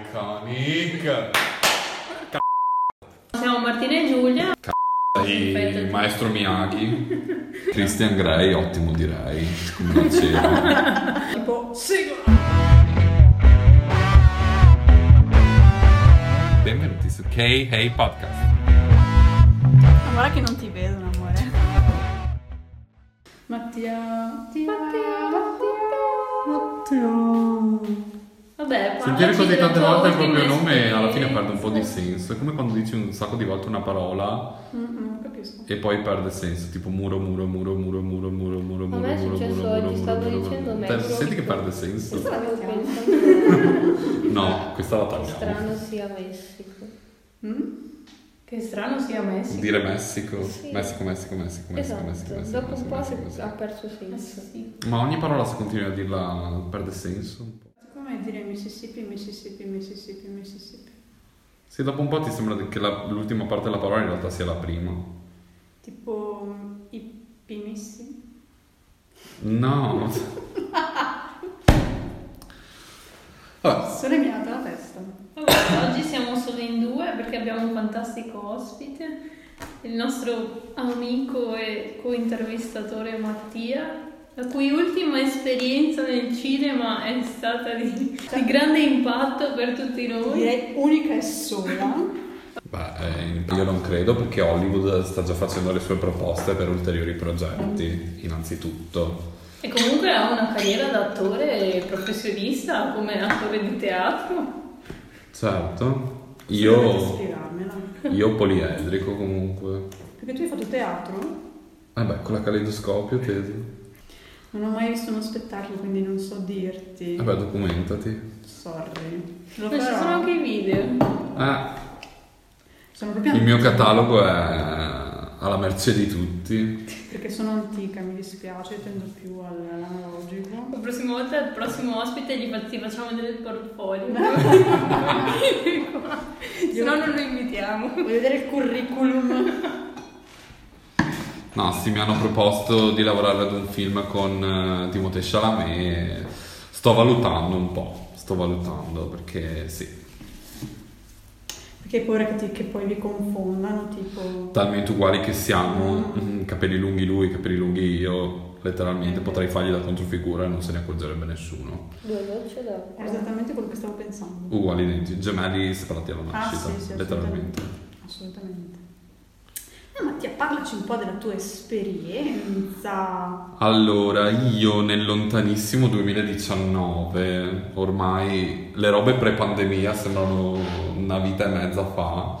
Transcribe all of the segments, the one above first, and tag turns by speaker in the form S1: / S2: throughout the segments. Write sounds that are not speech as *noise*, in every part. S1: Iconic.
S2: Siamo Martina e Giulia.
S1: Il
S2: Perfetto.
S1: maestro Miyagi. Christian Grey, ottimo direi. Come non c'era.
S2: Tipo, sigla.
S1: Benvenuti su K-Hey Podcast.
S3: Ma guarda che non ti vedono, amore.
S2: Mattia. Mattia. Vabbè, parla,
S1: Sentire così
S2: sigla,
S1: tante volte il
S2: tutti
S1: proprio
S2: messi
S1: nome
S2: bene.
S1: alla fine perde un po' di senso. È come quando dici un sacco di volte una parola
S2: Mm, Non capisco.
S1: e poi perde senso. Tipo muro, muro, muro, muro, muro, muro, muro, muro,
S4: A me è
S1: muro,
S4: successo
S1: muro,
S4: oggi,
S1: muro,
S4: stavo
S1: muro,
S4: dicendo
S1: muro. Cioè,
S4: metro.
S1: Senti che perde senso?
S4: Stavo
S3: Siamo-
S2: *laughs*
S4: pensando
S1: No, questa la
S4: che
S1: tagliamo.
S4: strano sia Messico.
S2: Mm? Che strano sia Messi.
S1: Dire Messico.
S4: Sì.
S1: Messico, Messico, Messico, Messico,
S4: esatto.
S1: Messico, Messico.
S4: Dopo un
S1: Messico,
S4: po'
S1: Messico,
S4: si- ha
S1: Messico.
S4: perso
S2: Eh
S4: senso.
S2: sì.
S1: Ma ogni parola se continui a dirla perde senso un po'.
S3: Come dire Mississippi, Mississippi, Mississippi, Mississippi?
S1: Sì, dopo un po' ti sembra che la- l'ultima parte della parola in realtà sia la prima.
S3: Tipo mm, i pimissi?
S1: No. Vabbè,
S3: Sono emiata la testa.
S2: Vabbè, oggi siamo solo in due perché abbiamo un fantastico ospite, il nostro amico e co-intervistatore Mattia, la cui ultima esperienza nel cinema è stata di, di grande impatto per tutti noi.
S3: Direi unica e sola.
S1: *laughs* beh, eh, io non credo perché Hollywood sta già facendo le sue proposte per ulteriori progetti, innanzitutto.
S2: E comunque ha una carriera da attore professionista come attore di teatro.
S1: Certo.
S3: Dovete
S1: Io,
S3: spiegarmela.
S1: io poliedrico comunque.
S3: Perché tu hai fatto teatro?
S1: Eh beh, con la caleidoscopio teso.
S3: Non ho mai visto uno spettacolo, quindi non so dirti.
S1: Vabbè, Eh documentati.
S3: Sorry. Lo
S2: Ma ci
S3: farò.
S2: sono anche i video.
S1: Ah,
S3: Sono proprio
S1: il
S3: antica.
S1: mio catalogo è alla merce di tutti.
S3: Perché sono antica, mi dispiace, tendo più all- all'analogico.
S2: La prossima volta il prossimo ospite gli fa- ti facciamo vedere il
S3: *laughs*
S2: portfolio. Se no non lo invitiamo.
S3: Voglio vedere il curriculum.
S1: No, sì, mi hanno proposto di lavorare ad un film con eh, Timothée Chalamet e sto valutando un po', sto valutando perché sì,
S3: Perché hai paura che, ti- che poi vi confondano, tipo...
S1: talmente uguali che siamo, mm, capelli lunghi lui, capelli lunghi io, letteralmente potrei fargli la controfigura e non se ne accorgerebbe nessuno.
S4: Due gocce
S3: È
S4: d'acqua.
S3: esattamente quello che stavo pensando.
S1: Uguali identici, gemelli separati alla
S3: Ah,
S1: nascita,
S3: sì, sì,
S1: letteralmente.
S3: Assolutamente. Ah, Mattia, parlaci un po' della tua esperienza.
S1: Allora, io nel lontanissimo 2019, ormai le robe pre-pandemia sembrano una vita e mezza fa,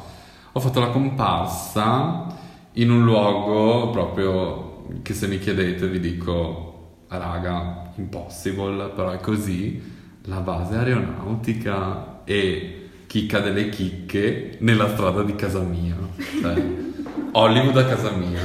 S1: ho fatto la comparsa in un luogo proprio che se mi chiedete vi dico, raga, impossible, però è così, la base aeronautica e chicca delle chicche nella strada di casa mia. Cioè, Hollywood a casa mia,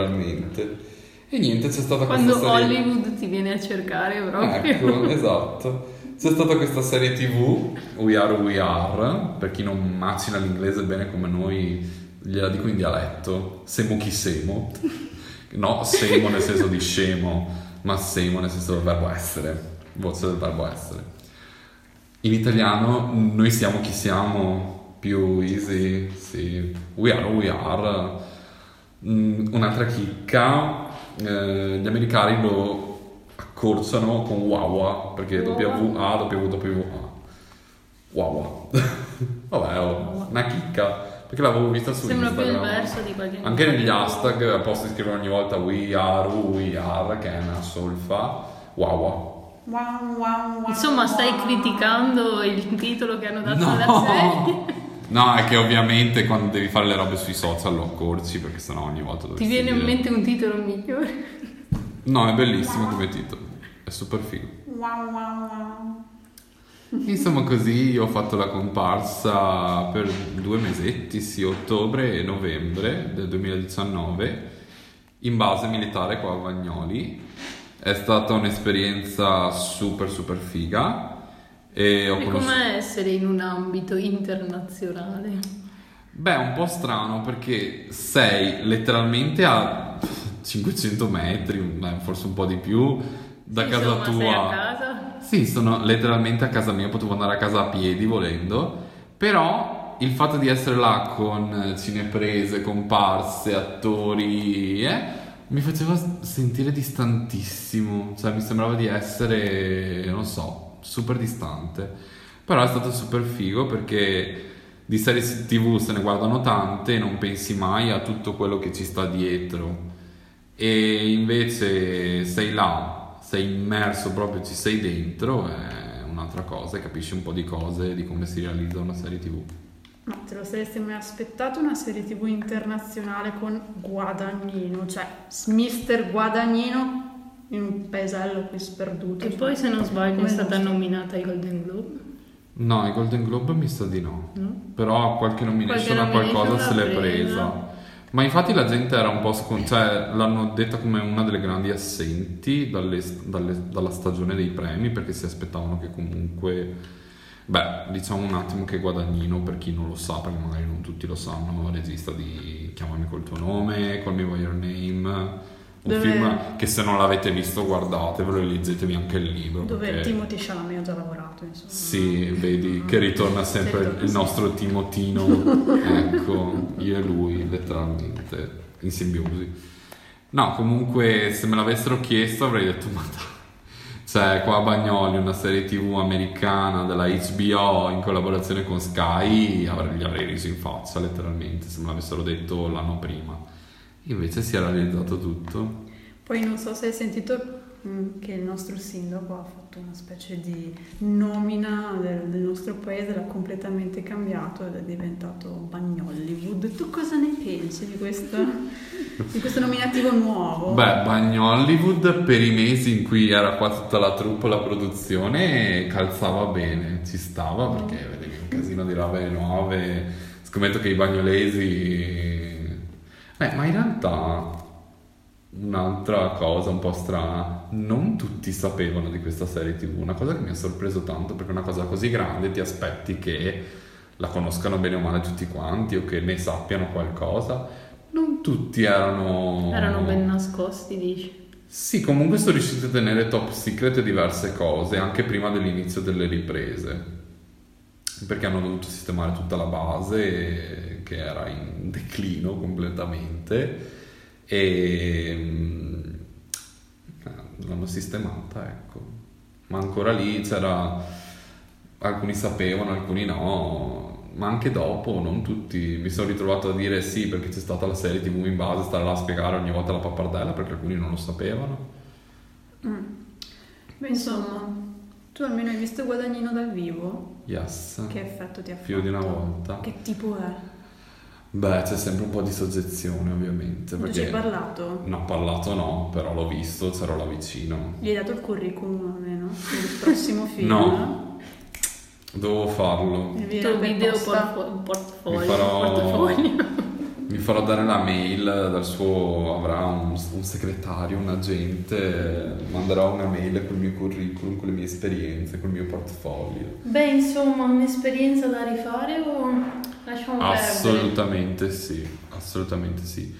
S1: letteralmente. E niente, c'è stata
S2: Quando
S1: questa serie...
S2: Hollywood ti viene a cercare proprio.
S1: Ecco, esatto. C'è stata questa serie TV, We Are We Are, per chi non macina l'inglese bene come noi, gliela dico in dialetto, semo chi semo. No, semo nel senso di scemo, ma semo nel senso del verbo essere, voce del verbo essere. In italiano noi siamo chi siamo, più easy, sì. We are who we are. Mm, Un'altra chicca, eh, gli americani lo accorciano con Wawa, perché
S2: Wawa.
S1: W-A, W-W-A. Wawa. *laughs* Vabbè, oh, una chicca, perché l'avevo vista su
S2: *laughs* Sembra più il
S1: Instagram.
S2: verso di qualche
S1: Anche negli hashtag, al posto di scrivere ogni volta we are, who we are, che è una solfa, Wawa.
S3: Wow, wow, wow,
S2: Insomma, stai
S3: wow.
S2: criticando il titolo che hanno dato alla
S1: *laughs*
S2: serie.
S1: No, è che ovviamente quando devi fare le robe sui social lo accorci perché sennò ogni volta dovresti
S2: Ti viene in
S1: dire-
S2: mente un titolo migliore?
S1: No, è bellissimo come titolo. È super figo.
S3: Wow, wow, wow.
S1: Insomma, così io ho fatto la comparsa per due mesetti, sì, ottobre e novembre del 2019, in base militare qua a Vagnoli. È stata un'esperienza super super figa e ho
S2: È
S1: conosciuto...
S2: come essere in un ambito internazionale.
S1: Beh, è un po' strano perché sei letteralmente a 500 metri, ma forse un po' di più, da
S2: Sì,
S1: casa
S2: insomma,
S1: tua.
S2: Sei a casa.
S1: Sì, sono letteralmente a casa mia, potevo andare a casa a piedi volendo, però il fatto di essere là con cineprese, comparse, attori, eh, mi faceva s- sentire distantissimo, cioè mi sembrava di essere, non so, super distante. Però è stato super figo perché di serie TV se ne guardano tante e non pensi mai a tutto quello che ci sta dietro. E invece sei là, sei immerso proprio, ci sei dentro, è un'altra cosa e capisci un po' di cose di come si realizza una serie TV.
S3: Ma te lo saresti mai aspettato una serie tv internazionale con Guadagnino, cioè Mister Guadagnino in un paesello qui sperduto.
S5: Che
S3: cioè.
S5: poi, se non sbaglio, è
S3: Come
S5: stata
S3: non so.
S5: nominata ai Golden Globe,
S1: No, i Golden Globe mi sa di no.
S5: no?
S1: Però a qualche nomination a
S5: Qualche nomination
S1: qualcosa se
S5: l'ha
S1: l'è presa.
S5: presa.
S1: Ma infatti la gente era un po' scontenta, cioè l'hanno detta come una delle grandi assenti dalle- dalle- dalla stagione dei premi perché si aspettavano che comunque, beh, diciamo un attimo che Guadagnino, per chi non lo sa, perché magari non tutti lo sanno, regista di Chiamami col tuo nome, Call me by your name, un
S3: Dove-
S1: film che se non l'avete visto guardatevelo e leggetevi anche il libro.
S3: Dove
S1: perché-
S3: Timothy Chalamet ha già lavorato, insomma.
S1: sì, vedi che ritorna sempre
S3: Ritorna,
S1: il
S3: sì.
S1: nostro Timotino, ecco, io e lui letteralmente in simbiosi. No, comunque se me l'avessero chiesto avrei detto ma dai. Cioè, qua a Bagnoli una serie TV americana della HBO in collaborazione con Sky, avrei- gli avrei riso in faccia letteralmente se me l'avessero detto l'anno prima. Invece si è realizzato tutto.
S3: Poi non so se hai sentito mm, che il nostro sindaco ha fatto una specie di nomina del, del nostro paese, l'ha completamente cambiato ed è diventato Bagnollywood. Tu cosa ne pensi
S1: *laughs*
S3: di questo, di questo nominativo nuovo?
S1: Beh, Bagno Hollywood per i mesi in cui era qua tutta la truppa, la produzione, calzava bene, ci stava perché
S5: Mm.
S1: vedevi un casino di robe nuove. Scommetto che i bagnolesi... Beh, ma in realtà un'altra cosa un po' strana, non tutti sapevano di questa serie TV, una cosa che mi ha sorpreso tanto perché una cosa così grande ti aspetti che la conoscano bene o male tutti quanti o che ne sappiano qualcosa. Non tutti erano...
S5: Erano ben nascosti, dici.
S1: Sì, comunque sono riusciti a tenere top secret diverse cose anche prima dell'inizio delle riprese. Perché hanno dovuto sistemare tutta la base eh, che era in *laughs* declino completamente e mm, eh, l'hanno sistemata, ecco. Ma ancora lì c'era alcuni sapevano, alcuni no. Ma anche dopo, non tutti, mi sono ritrovato a dire sì perché c'è stata la serie TV in base, stare là a spiegare ogni volta la pappardella perché alcuni non lo sapevano.
S3: Mm. Beh, insomma, tu almeno hai visto Guadagnino dal vivo?
S1: Yes.
S3: Che effetto ti ha fatto?
S1: Più di una volta.
S3: Che tipo è?
S1: Beh, c'è sempre un po' di soggezione, ovviamente.
S3: Non
S1: Perché
S3: ci hai parlato?
S1: No, parlato no, però l'ho visto, c'ero là vicino.
S3: Gli hai dato il curriculum almeno? Il prossimo
S1: *laughs*
S3: film?
S1: No. Dovevo farlo.
S3: Il
S5: Il tuo video
S3: portfolio.
S5: portfo- portfolio.
S1: Mi farò- *laughs*
S5: portfolio.
S1: Mi farò dare la mail dal suo. avrà un, un segretario, un agente. Manderò una mail col mio curriculum, con le mie esperienze, col mio portfolio.
S2: Beh, insomma, un'esperienza da rifare o lasciamo perdere?
S1: Assolutamente sì, assolutamente sì.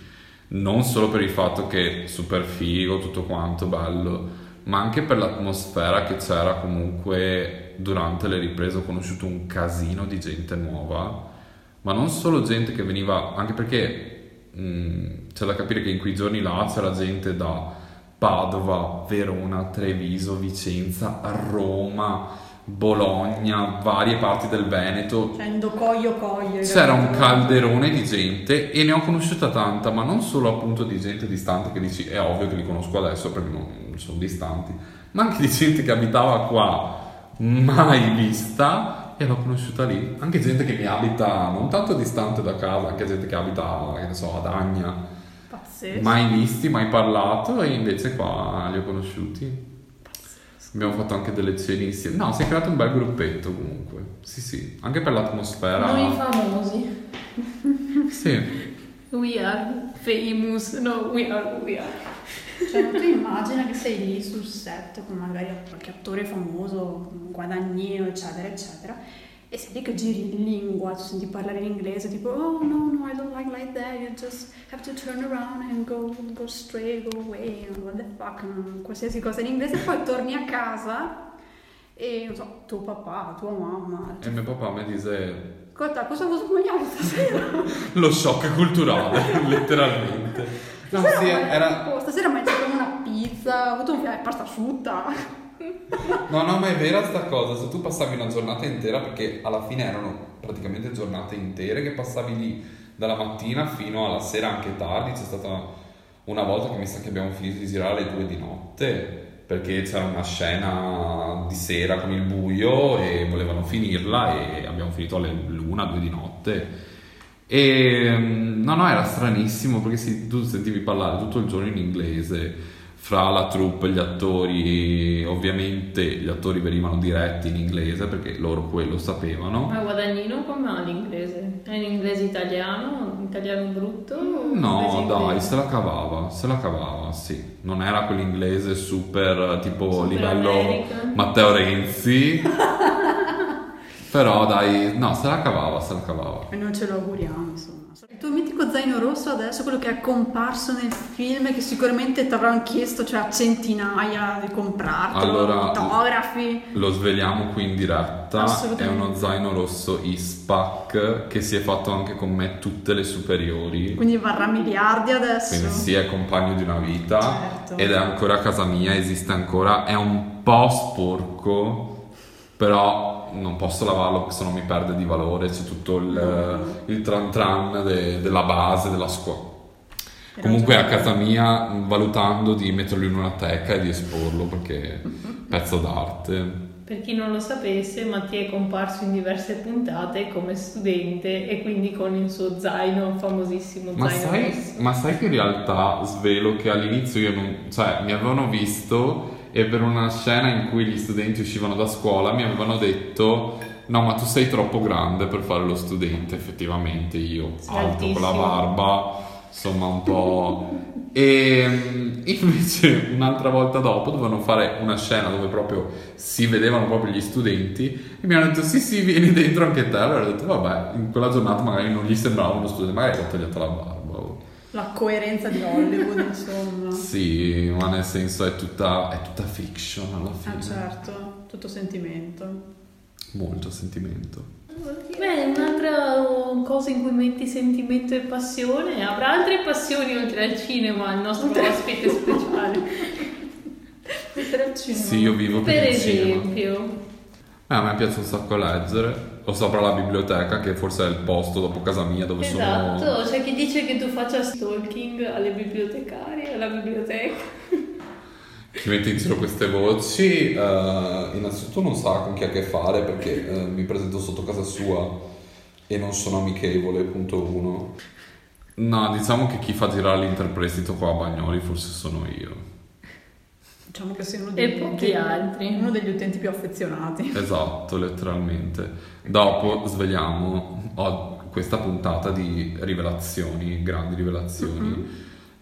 S1: Non solo per il fatto che è super figo, tutto quanto bello, ma anche per l'atmosfera che c'era comunque durante le riprese. Ho conosciuto un casino di gente nuova, ma non solo gente che veniva, anche perché mh, c'è da capire che in quei giorni là c'era gente da Padova, Verona, Treviso, Vicenza, Roma, Bologna, varie parti del Veneto,
S3: Cioè, indocoglio coglio.
S1: c'era un
S3: capito?
S1: calderone di gente e ne ho conosciuta tanta, ma non solo appunto di gente distante che dici è ovvio che li conosco adesso perché non sono distanti, ma anche di gente che abitava qua mai vista e l'ho conosciuta lì. Anche gente che mi abita non tanto distante da casa, anche gente che abita, che ne so, ad Agna,
S3: Pazzesco.
S1: mai visti, mai parlato e invece qua li ho conosciuti. Abbiamo fatto anche delle cene insieme. No, si è creato un bel gruppetto comunque. Sì, sì, anche per l'atmosfera.
S2: Noi famosi.
S1: Sì.
S5: We are famous. No, we are, we are.
S3: Cioè, ma tu immagina che sei lì sul set con magari qualche attore famoso, un guadagnino, eccetera, eccetera, e sei lì che giri in lingua, ti senti parlare in inglese, tipo, oh no, no, I don't like like that, you just have to turn around and go, go straight, go away, and what the fuck, mm, qualsiasi cosa in inglese, poi torni a casa E non so, tuo papà, tua mamma.
S1: E mio papà mi dice
S3: Ascolta, cosa vuoi mangiare stasera?
S1: lo shock culturale, *laughs* letteralmente. No,
S3: stasera,
S1: sì,
S3: mangi-
S1: era...
S3: oh, stasera mangiamo una pizza, ho avuto un eh, pasta asciutta. *laughs*
S1: No, no, ma è vera sta cosa. Se tu passavi una giornata intera, perché alla fine erano praticamente giornate intere che passavi lì dalla mattina fino alla sera anche tardi. C'è stata una volta che mi sa che abbiamo finito di girare alle due di notte perché c'era una scena di sera con il buio e volevano finirla e abbiamo finito alle l'una, due di notte. E mm, no, no, era stranissimo perché si- tu sentivi parlare tutto il giorno in inglese fra la troupe, gli attori, ovviamente gli attori venivano diretti in inglese perché loro quello sapevano.
S2: Ma guadagnino come ha l'inglese? È in inglese italiano? Italiano brutto?
S1: Mm,
S2: o
S1: No,
S2: inglese
S1: dai,
S2: inglese?
S1: se la cavava, se la cavava, sì. Non era quell'inglese super tipo
S2: Super
S1: livello
S2: American.
S1: Matteo
S2: *laughs*
S1: Renzi. Però dai, no, se la cavava, se la cavava.
S3: E non ce lo auguriamo, insomma. Il tuo mitico zaino rosso adesso, quello che è comparso nel film, che sicuramente ti avranno chiesto, cioè a centinaia di comprarlo,
S1: Allora-
S3: autografi.
S1: Lo svegliamo qui in diretta. È
S3: Assolutamente.
S1: uno zaino rosso ISPAC che si è fatto anche con me tutte le superiori.
S3: Quindi varrà miliardi adesso.
S1: Quindi sì, è compagno di una vita
S3: Certo.
S1: ed è ancora a casa mia, esiste ancora, è un po' sporco, però non posso lavarlo perché sennò mi perde di valore, c'è tutto il, il tran tran de- della base, della scuola. Comunque a casa mia valutando di metterlo in una teca e di esporlo perché pezzo d'arte.
S2: Per chi non lo sapesse, Mattia è comparso in diverse puntate come studente e quindi con il suo zaino, famosissimo
S1: Ma
S2: zaino
S1: sai,
S2: rosso.
S1: ma sai che in realtà svelo che all'inizio io non, cioè, mi avevano visto e per una scena in cui gli studenti uscivano da scuola mi avevano detto no ma tu sei troppo grande per fare lo studente effettivamente io
S2: Sì,
S1: alto con la
S2: altissimo.
S1: barba insomma un po' e *laughs* mm, invece un'altra volta dopo dovevano fare una scena dove proprio si vedevano proprio gli studenti e mi hanno detto sì sì vieni dentro anche te allora ho detto vabbè in quella giornata magari non gli sembrava uno studente magari ho tagliato la barba o-
S3: La coerenza di
S1: *laughs*
S3: Hollywood, insomma.
S1: sì ma nel senso è tutta è tutta fiction alla fine
S3: Ah certo, tutto sentimento.
S1: molto sentimento
S2: Beh, un'altra
S5: um,
S2: cosa in cui metti sentimento e passione. Avrà altre passioni oltre al cinema, il nostro ospite speciale.
S3: *laughs* Mettere al cinema.
S1: sì io vivo per,
S2: Per
S1: il cinema
S2: esempio,
S1: Eh, a me piace un sacco leggere. Ho sopra la biblioteca, che forse è il posto dopo casa mia dove sono.
S2: esatto, c'è chi dice che tu faccia stalking alle bibliotecarie, alla biblioteca.
S1: Chi mette in giro queste voci, eh, innanzitutto non sa con chi ha a che fare perché eh, mi presento sotto casa sua e non sono amichevole, punto uno. No, diciamo che chi fa girare l'interprestito qua a Bagnoli forse sono io.
S3: Diciamo che sei uno
S2: E
S3: degli,
S2: pochi
S3: degli-
S2: altri.
S3: uno degli utenti più affezionati.
S1: Esatto, letteralmente. Dopo svegliamo ho questa puntata di rivelazioni, grandi rivelazioni.
S5: Mm-hmm.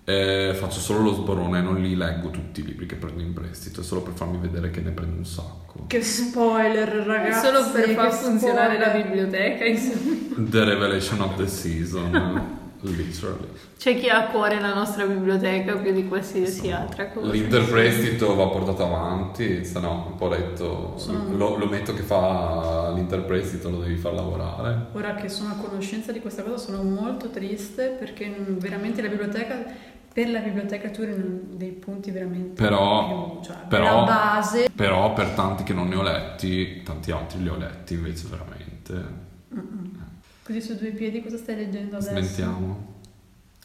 S1: Eh, faccio solo lo sborone, non li leggo tutti i libri che prendo in prestito, è solo per farmi vedere che ne prendo un sacco.
S3: Che spoiler, ragazzi.
S5: Solo per
S3: che
S5: far funzionare la
S3: spoiler.
S5: biblioteca, insomma.
S1: The Revelation of the
S5: *laughs*
S1: Season, literally.
S5: C'è chi ha a cuore la nostra biblioteca più di qualsiasi altra cosa.
S1: L'interprestito va portato avanti, se no, un po' detto,
S5: Mm.
S1: lo, lo metto che fa l'interprestito, lo devi far lavorare.
S3: Ora che sono a conoscenza di questa cosa sono molto triste perché non- veramente la biblioteca, per la biblioteca tu eri dei punti veramente
S1: Però-
S3: più, cioè,
S1: però-
S3: la base.
S1: Però per tanti che non ne ho letti, tanti altri li ho letti invece veramente.
S3: Così su due piedi cosa stai leggendo adesso?
S1: Smentiamo.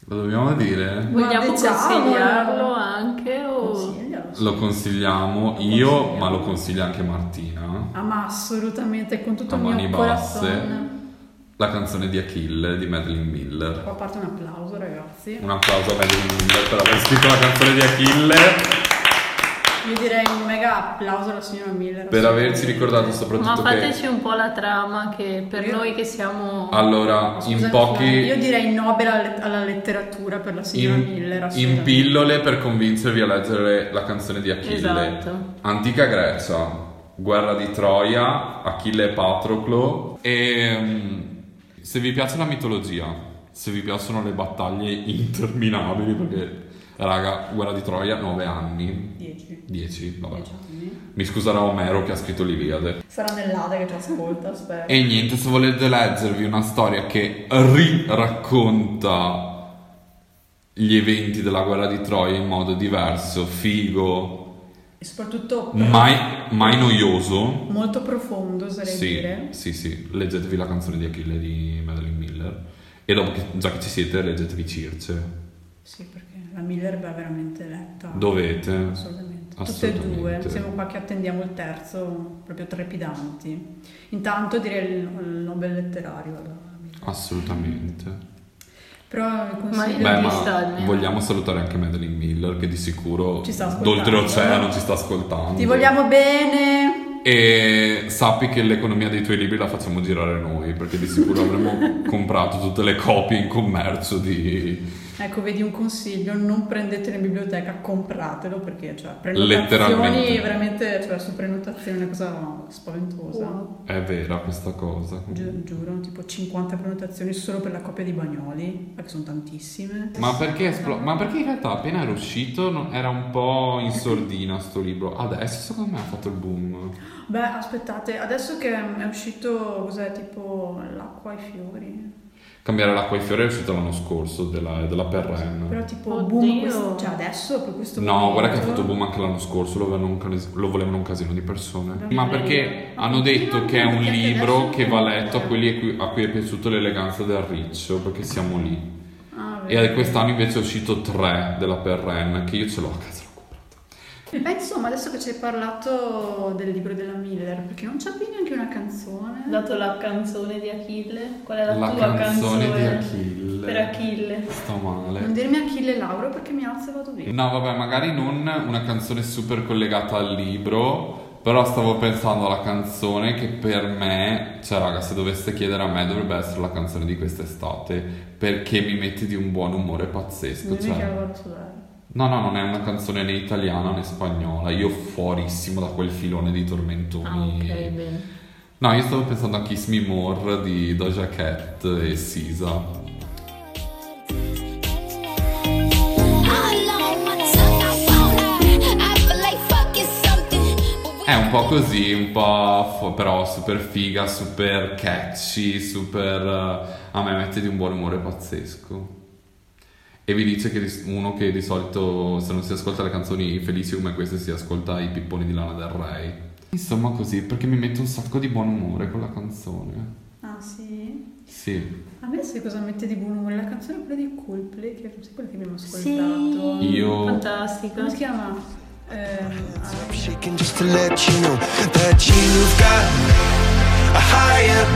S1: Lo dobbiamo dire?
S5: Vogliamo
S3: Ma diciamolo.
S5: consigliarlo anche o...
S3: Consiglialo.
S1: Lo consigliamo
S3: Lo
S1: io,
S3: consigliamo.
S1: ma lo consiglia anche Martina.
S3: Ah ma assolutamente con tutto
S1: A
S3: il mio
S1: mani basse.
S3: corazon.
S1: La canzone di Achille di Madeline Miller.
S3: Qua parte un applauso ragazzi.
S1: Un applauso a Madeline Miller per aver scritto la canzone di Achille,
S3: Io direi un mega applauso alla signora Miller.
S1: per averci ricordato
S5: Ma
S1: soprattutto che...
S5: fateci un po' la trama che per
S3: Io-
S5: noi che siamo...
S1: Allora, in
S3: Scusami, Io
S1: pochi...
S3: direi Nobel alla, alla letteratura per la signora Miller.
S1: In, in
S3: assolutamente.
S1: pillole per convincervi a leggere la canzone di Achille.
S5: Esatto.
S1: Antica Grecia, guerra di Troia, Achille e Patroclo. E mm, se vi piace la mitologia, se vi piacciono le battaglie *laughs* interminabili, perché Raga, guerra di Troia, 9 anni.
S3: 10.
S1: 10, vabbè.
S3: 10 anni.
S1: Mi scuserà Omero che ha scritto l'Iliade.
S3: Sarà nell'Ade che ci ascolta, spero.
S1: E niente, se volete leggervi una storia che riracconta gli eventi della guerra di Troia in modo diverso, figo,
S3: E soprattutto
S1: Mm. mai, mai noioso.
S3: molto profondo, oserei
S1: Sì,
S3: dire.
S1: sì, sì, leggetevi la canzone di Achille di Madeline Miller. E dopo che già che ci siete, leggetevi Circe.
S3: Sì, perché la Miller va veramente letta.
S1: Dovete.
S3: Assolutamente. Tutte e
S1: Assolutamente.
S3: due, siamo qua che attendiamo il terzo, proprio trepidanti. Intanto direi il il Nobel letterario. alla Miller.
S1: Assolutamente.
S3: Però il
S2: Ma-
S3: consiglio
S2: Beh,
S1: Beh,
S3: di-
S1: ma
S2: Stalin.
S1: vogl'amo salutare anche Madeline Miller che di sicuro
S3: Ci sta ascoltando.
S1: d'oltreoceano ci sta ascoltando.
S3: Ti vogliamo bene!
S1: E sappi che l'economia dei tuoi libri la facciamo girare noi, perché di sicuro avremmo comprato tutte le copie in commercio di
S3: Ecco, vedi un consiglio, non prendetelo in biblioteca, compratelo perché cioè prenotazioni
S1: Letteralmente.
S3: veramente, cioè su prenotazione è una cosa spaventosa.
S1: È vera questa cosa.
S3: Gi- giuro, tipo 50 prenotazioni solo per la coppia di Bagnoli, perché sono tantissime.
S1: Ma perché, esplo- ma perché in realtà appena era uscito non- era un po' in sordina sto libro. Adesso secondo me ha fatto il boom.
S3: Beh, aspettate, adesso che è uscito, cos'è, tipo l'acqua ai fiori?
S1: Cambiare l'acqua ai fiori è uscito l'anno scorso della, della Perren.
S3: Però tipo
S2: Oddio.
S3: boom, quest- cioè adesso per questo
S1: No, guarda che ha
S3: momento-
S1: fatto boom anche l'anno scorso, lo volevano un, cas- lo volevano un casino di persone. Ma perché
S2: Ma
S1: hanno
S2: perché
S1: detto
S2: non-
S1: che è un
S2: perché
S1: libro
S2: adesso-
S1: che va letto a quelli a cui, a cui è piaciuta l'eleganza del riccio, perché siamo lì.
S3: Ah, vero.
S1: E quest'anno invece è uscito 3 della Perren, che io ce l'ho a casa, l'ho comprato.
S3: Beh, insomma, adesso che ci hai parlato del libro della Miller, perché non c'è più neanche una canzone?
S2: Dato la canzone di Achille, qual è la,
S1: La
S2: tua
S1: canzone
S2: canzone
S1: di Achille.
S2: Per Achille.
S1: Sto
S3: Non
S1: male.
S3: dirmi Achille Lauro perché mi alzo e vado via.
S1: No, vabbè, magari non una canzone super collegata al libro. Però stavo pensando alla canzone che per me, cioè raga, se doveste chiedere a me dovrebbe essere la canzone di quest'estate, perché mi metti di un buon umore pazzesco.
S3: Non dirmi che
S1: Cioè,
S3: lavoro sulla...
S1: no, no, non è una canzone né italiana né spagnola, io fuorissimo da quel filone di
S2: Ah,
S1: tormentoni.
S2: ok, bene.
S1: No, io stavo pensando a Kiss Me More di Doja Cat e Sisa. È un po' così, un po' fo- però super figa, super catchy, super... eh, a me mette di un buon umore pazzesco. E vi dice che di- uno che di solito se non si ascolta le canzoni felici come queste si ascolta i pipponi di Lana del Rey. Insomma così, perché mi mette un sacco di buon umore con la canzone.
S3: Ah, sì?
S1: Sì,
S3: A me sai cosa mette di buon umore? La canzone quella di Coldplay, che è quella che abbiamo ascoltato.
S1: io...
S2: Fantastica.
S3: Come si chiama? Ehm,
S6: I'm shaking just to let you know that you've got a higher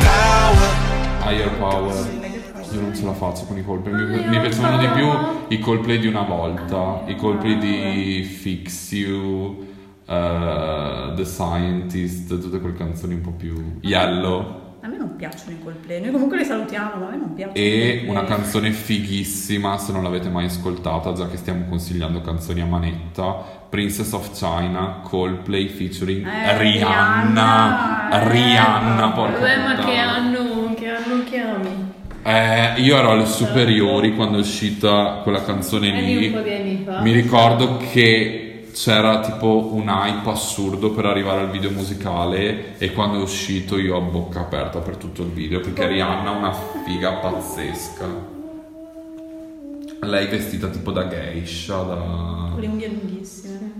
S6: power.
S1: Higher Power. Io non ce la faccio con i colpi. Mi, mi piacevano di più i colpi di una volta. I colpi di Fix You, eh, The Scientist, tutte quelle canzoni un po' più yellow.
S3: a me non piacciono i Coldplay, noi comunque li salutiamo, ma a me non piacciono. i
S1: E
S3: Coldplay.
S1: una canzone fighissima, se non l'avete mai ascoltata, già che stiamo consigliando canzoni a manetta, Princess of China, Coldplay featuring
S3: Eh,
S1: Rihanna.
S3: Rihanna,
S1: Rihanna,
S3: eh.
S1: porca
S2: Vabbè, ma
S1: puttana.
S2: che anno, che anno chiami?
S1: Eh, io ero alle superiori quando è uscita quella canzone
S2: È di un po' di
S1: lì.
S2: anni fa.
S1: Mi ricordo che c'era tipo un hype assurdo per arrivare al video musicale e quando è uscito io a bocca aperta per tutto il video perché Rihanna è una figa pazzesca. Lei vestita tipo da geisha, da...
S3: Con le unghie lunghissime.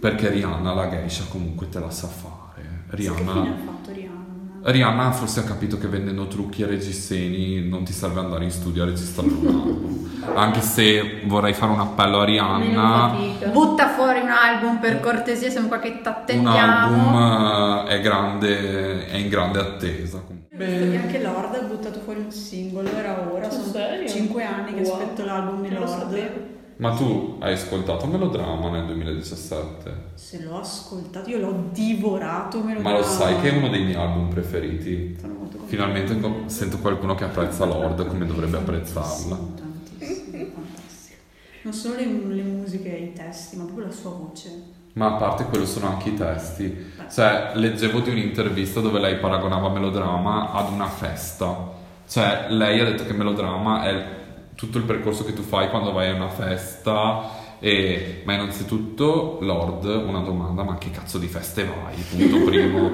S1: perché Rihanna la geisha comunque te la sa fare.
S3: Sai Che fine ha
S1: Rihanna...
S3: fatto Rihanna?
S1: Rihanna forse ha capito che vendendo trucchi e reggiseni non ti serve andare in studio a registrare un album.
S3: *laughs*
S1: Anche se vorrei fare un appello a Rihanna,
S2: Meno fatica.
S3: Butta fuori un album per cortesia, siamo qua che
S1: un
S3: t'attendiamo.
S1: album eh, è, grande, è in grande attesa. comunque.
S3: Perché anche Lord ha buttato fuori un singolo, era ora,
S2: Sul
S3: sono
S2: serio?
S3: 5 anni che
S2: Wow.
S3: aspetto l'album di
S2: Non lo
S3: Lord.
S2: sapevo.
S1: Ma tu hai ascoltato Melodrama nel 2017?
S3: Se l'ho ascoltato, io l'ho divorato, me lo
S1: Ma lo
S3: davo.
S1: sai che è uno dei miei album preferiti?
S3: Sono molto contenta.
S1: Finalmente co- sento qualcuno che apprezza Lord come dovrebbe apprezzarla.
S3: Tantissimo, tantissimo, fantastico. Non solo le, le musiche e i testi, ma proprio la
S1: *laughs*
S3: sua voce.
S1: Ma a parte quello sono anche i testi. Cioè, leggevo di un'intervista dove lei paragonava melodrama ad una festa. Cioè, lei ha detto che melodrama è tutto il percorso che tu fai quando vai a una festa E- ma innanzitutto, Lord, una domanda, ma che cazzo di feste vai? Punto primo.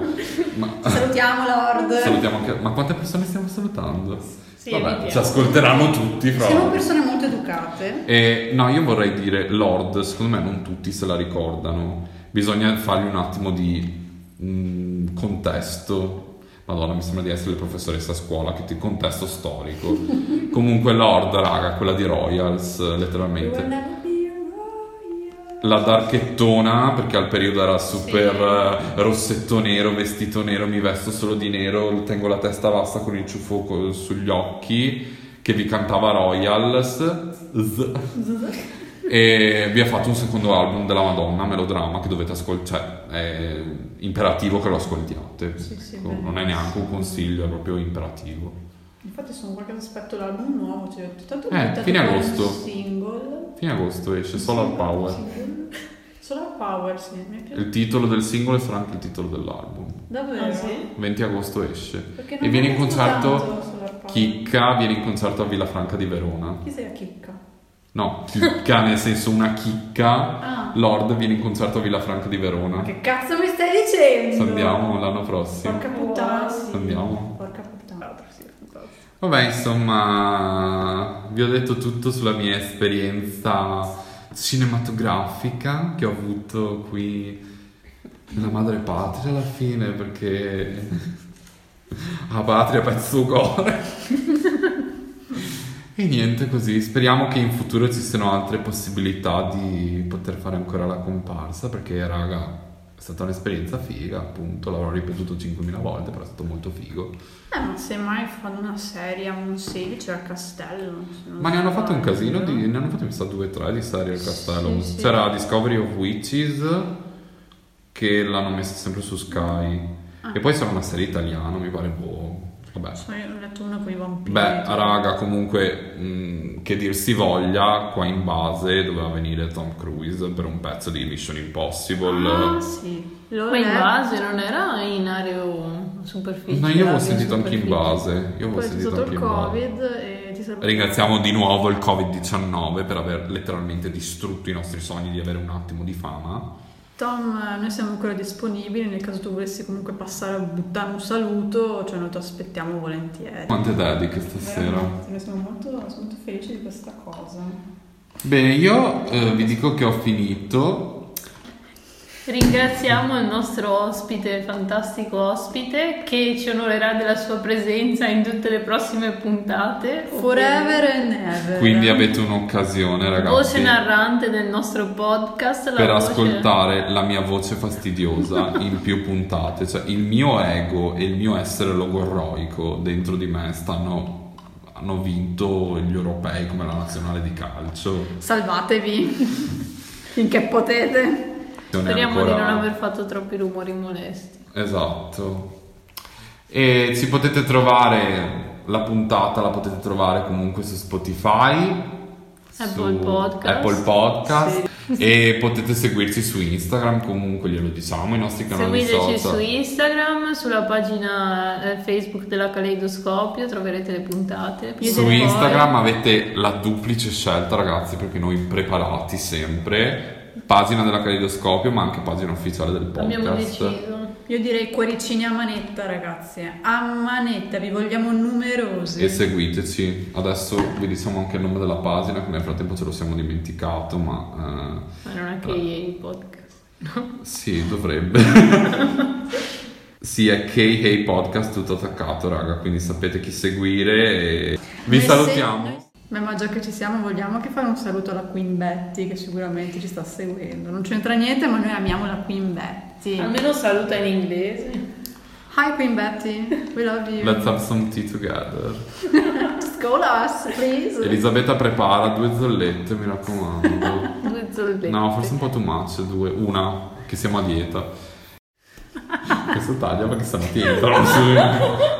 S1: Ma-
S7: Salutiamo Lord.
S1: salutiamo anche... Ma quante persone stiamo salutando?
S2: Sì,
S1: Vabbè,
S2: evitiamo.
S1: ci ascolteranno tutti, fra
S7: Siamo
S1: l'altro.
S7: persone molto educate.
S1: Eh, no, io vorrei dire Lord, secondo me non tutti se la ricordano. Bisogna fargli un attimo di mm, contesto. Madonna, mi sembra di essere il professoressa a scuola, che ti contesto storico. Comunque Lord, raga, quella di Royals, letteralmente. La darchettona, perché al periodo era super eh, rossetto nero, vestito nero, mi vesto solo di nero, tengo la testa bassa con il ciuffo co- sugli occhi, che vi cantava Royals.
S7: *laughs*
S1: Z e vi ha fatto un secondo album della Madonna, Melodrama, che dovete ascoltare, cioè è imperativo che lo ascoltiate.
S7: Sì, sì,
S1: Ecco,
S7: bellissimo.
S1: non è neanche un consiglio, è proprio imperativo.
S7: Infatti sono qua che aspetto l'album nuovo, cioè tutto tanto
S1: Eh, fine agosto.
S7: single.
S1: Fine agosto esce Solar Power.
S7: Single. Solar Power, sì, mi piace.
S1: Il titolo del singolo sarà anche il titolo dell'album.
S7: Davvero?
S2: Ah, sì?
S1: 20 agosto esce.
S7: Perché
S1: E viene in
S7: conosco
S1: concerto
S7: tanto Solar Power.
S1: Chicca viene in concerto a Villafranca di Verona.
S7: Chi sei la chicca?
S1: No, chicca nel senso una chicca.
S7: Ah,
S1: Lord viene in concerto a Villafranca di Verona.
S7: che cazzo mi stai dicendo?
S1: Andiamo l'anno prossimo.
S7: Porca puttana, sì.
S1: Andiamo.
S7: Porca puttana.
S1: Vabbè, insomma, vi ho detto tutto sulla mia esperienza cinematografica che ho avuto qui nella madre patria alla fine, perché *laughs* a patria pezzo cuore. *laughs* e niente così, speriamo che in futuro ci siano altre possibilità di poter fare ancora la comparsa, perché raga, è stata un'esperienza figa, appunto, l'avrò ripetuto 5.000 volte, però è stato molto figo.
S3: Eh, ma semmai fanno una serie a un 16 al castello. non so-
S1: Ma ne hanno fatto un casino, di-
S3: Eh,
S1: ne hanno fatto mi sa due o tre di serie al castello.
S3: Sì, sì.
S1: C'era Discovery of Witches che l'hanno messa sempre su Sky.
S3: Ah.
S1: E poi c'era una serie italiana, mi pare boh. Vabbè.
S3: so, io Ho letto una con i vampiri.
S1: Beh, raga, comunque mh, che dir si voglia, qua in base doveva venire Tom Cruise per un pezzo di Mission Impossible.
S3: Ah, sì. L'ho
S2: Ma in
S3: letto.
S2: base non era in aereo superficie.
S1: No, io avevo
S2: aereo
S1: sentito anche in
S2: superficie.
S1: base. Io avevo
S3: Poi c'è
S1: sentito
S3: stato
S1: anche
S3: il
S1: in base.
S3: covid e ti saluto.
S1: Ringraziamo di nuovo il Covid-19 per aver letteralmente distrutto i nostri sogni di avere un attimo di fama.
S3: Tom, eh, noi siamo ancora disponibili nel caso tu volessi comunque passare a buttare un saluto, cioè noi ti aspettiamo volentieri. cioè,
S1: Quante dediche stasera?
S7: Veramente, Sono molto, sono molto felice di questa cosa.
S1: Beh, io eh, vi dico che ho finito.
S2: Ringraziamo il nostro ospite, fantastico ospite, che ci onorerà della sua presenza in tutte le prossime puntate.
S3: Forever and ever.
S1: Quindi avete un'occasione,
S2: Voce
S1: ragazzi,
S2: narrante del nostro podcast. la
S1: per
S2: voce-
S1: ascoltare la mia voce fastidiosa in più puntate. Cioè, il mio ego e il mio essere logorroico dentro di me stanno. Hanno vinto gli europei come la nazionale di calcio.
S3: Salvatevi *laughs* finché potete.
S1: Non è
S2: Speriamo di
S1: ancora-
S2: non aver fatto troppi rumori molesti.
S1: Esatto. E ci potete trovare la puntata, la potete trovare comunque su Spotify,
S2: Apple Podcast.
S1: Apple Podcast, e potete seguirci su Instagram, comunque glielo diciamo, i nostri canali
S2: Seguiteci su
S1: social.
S2: Instagram, sulla pagina eh, Facebook della Caleidoscopio, troverete le puntate. Prima o
S1: Su
S2: poi.
S1: Instagram avete la duplice scelta, ragazzi, perché noi preparati sempre, pagina della Caleidoscopio, ma anche pagina ufficiale del podcast.
S2: abbiamo deciso.
S7: Io direi cuoricini a manetta, ragazzi. A manetta, vi vogliamo numerosi.
S1: e seguiteci. Adesso vi diciamo anche il nome della pagina, che nel frattempo ce lo siamo dimenticato, ma
S2: Ma non è
S1: Ah.
S2: che i podcast.
S1: eh,
S7: *laughs*
S1: sì, dovrebbe. sì, è KH Podcast tutto attaccato, raga, quindi sapete chi seguire e vi
S7: Noi se-
S1: salutiamo.
S7: noi-
S3: Beh, ma già che ci siamo, vogliamo anche fare un saluto alla Queen Betty che sicuramente ci sta seguendo. Non c'entra niente, ma noi amiamo la Queen Betty.
S2: Almeno saluta in inglese.
S3: Hi Queen Betty, we love you.
S1: Let's have some tea together.
S3: Scola us, please.
S1: Elisabetta prepara due zollette, mi raccomando.
S2: Due zollette.
S1: No, forse un po' too much, due,
S7: *laughs*
S1: una, che siamo a dieta. Questo taglia perché stanno dietro.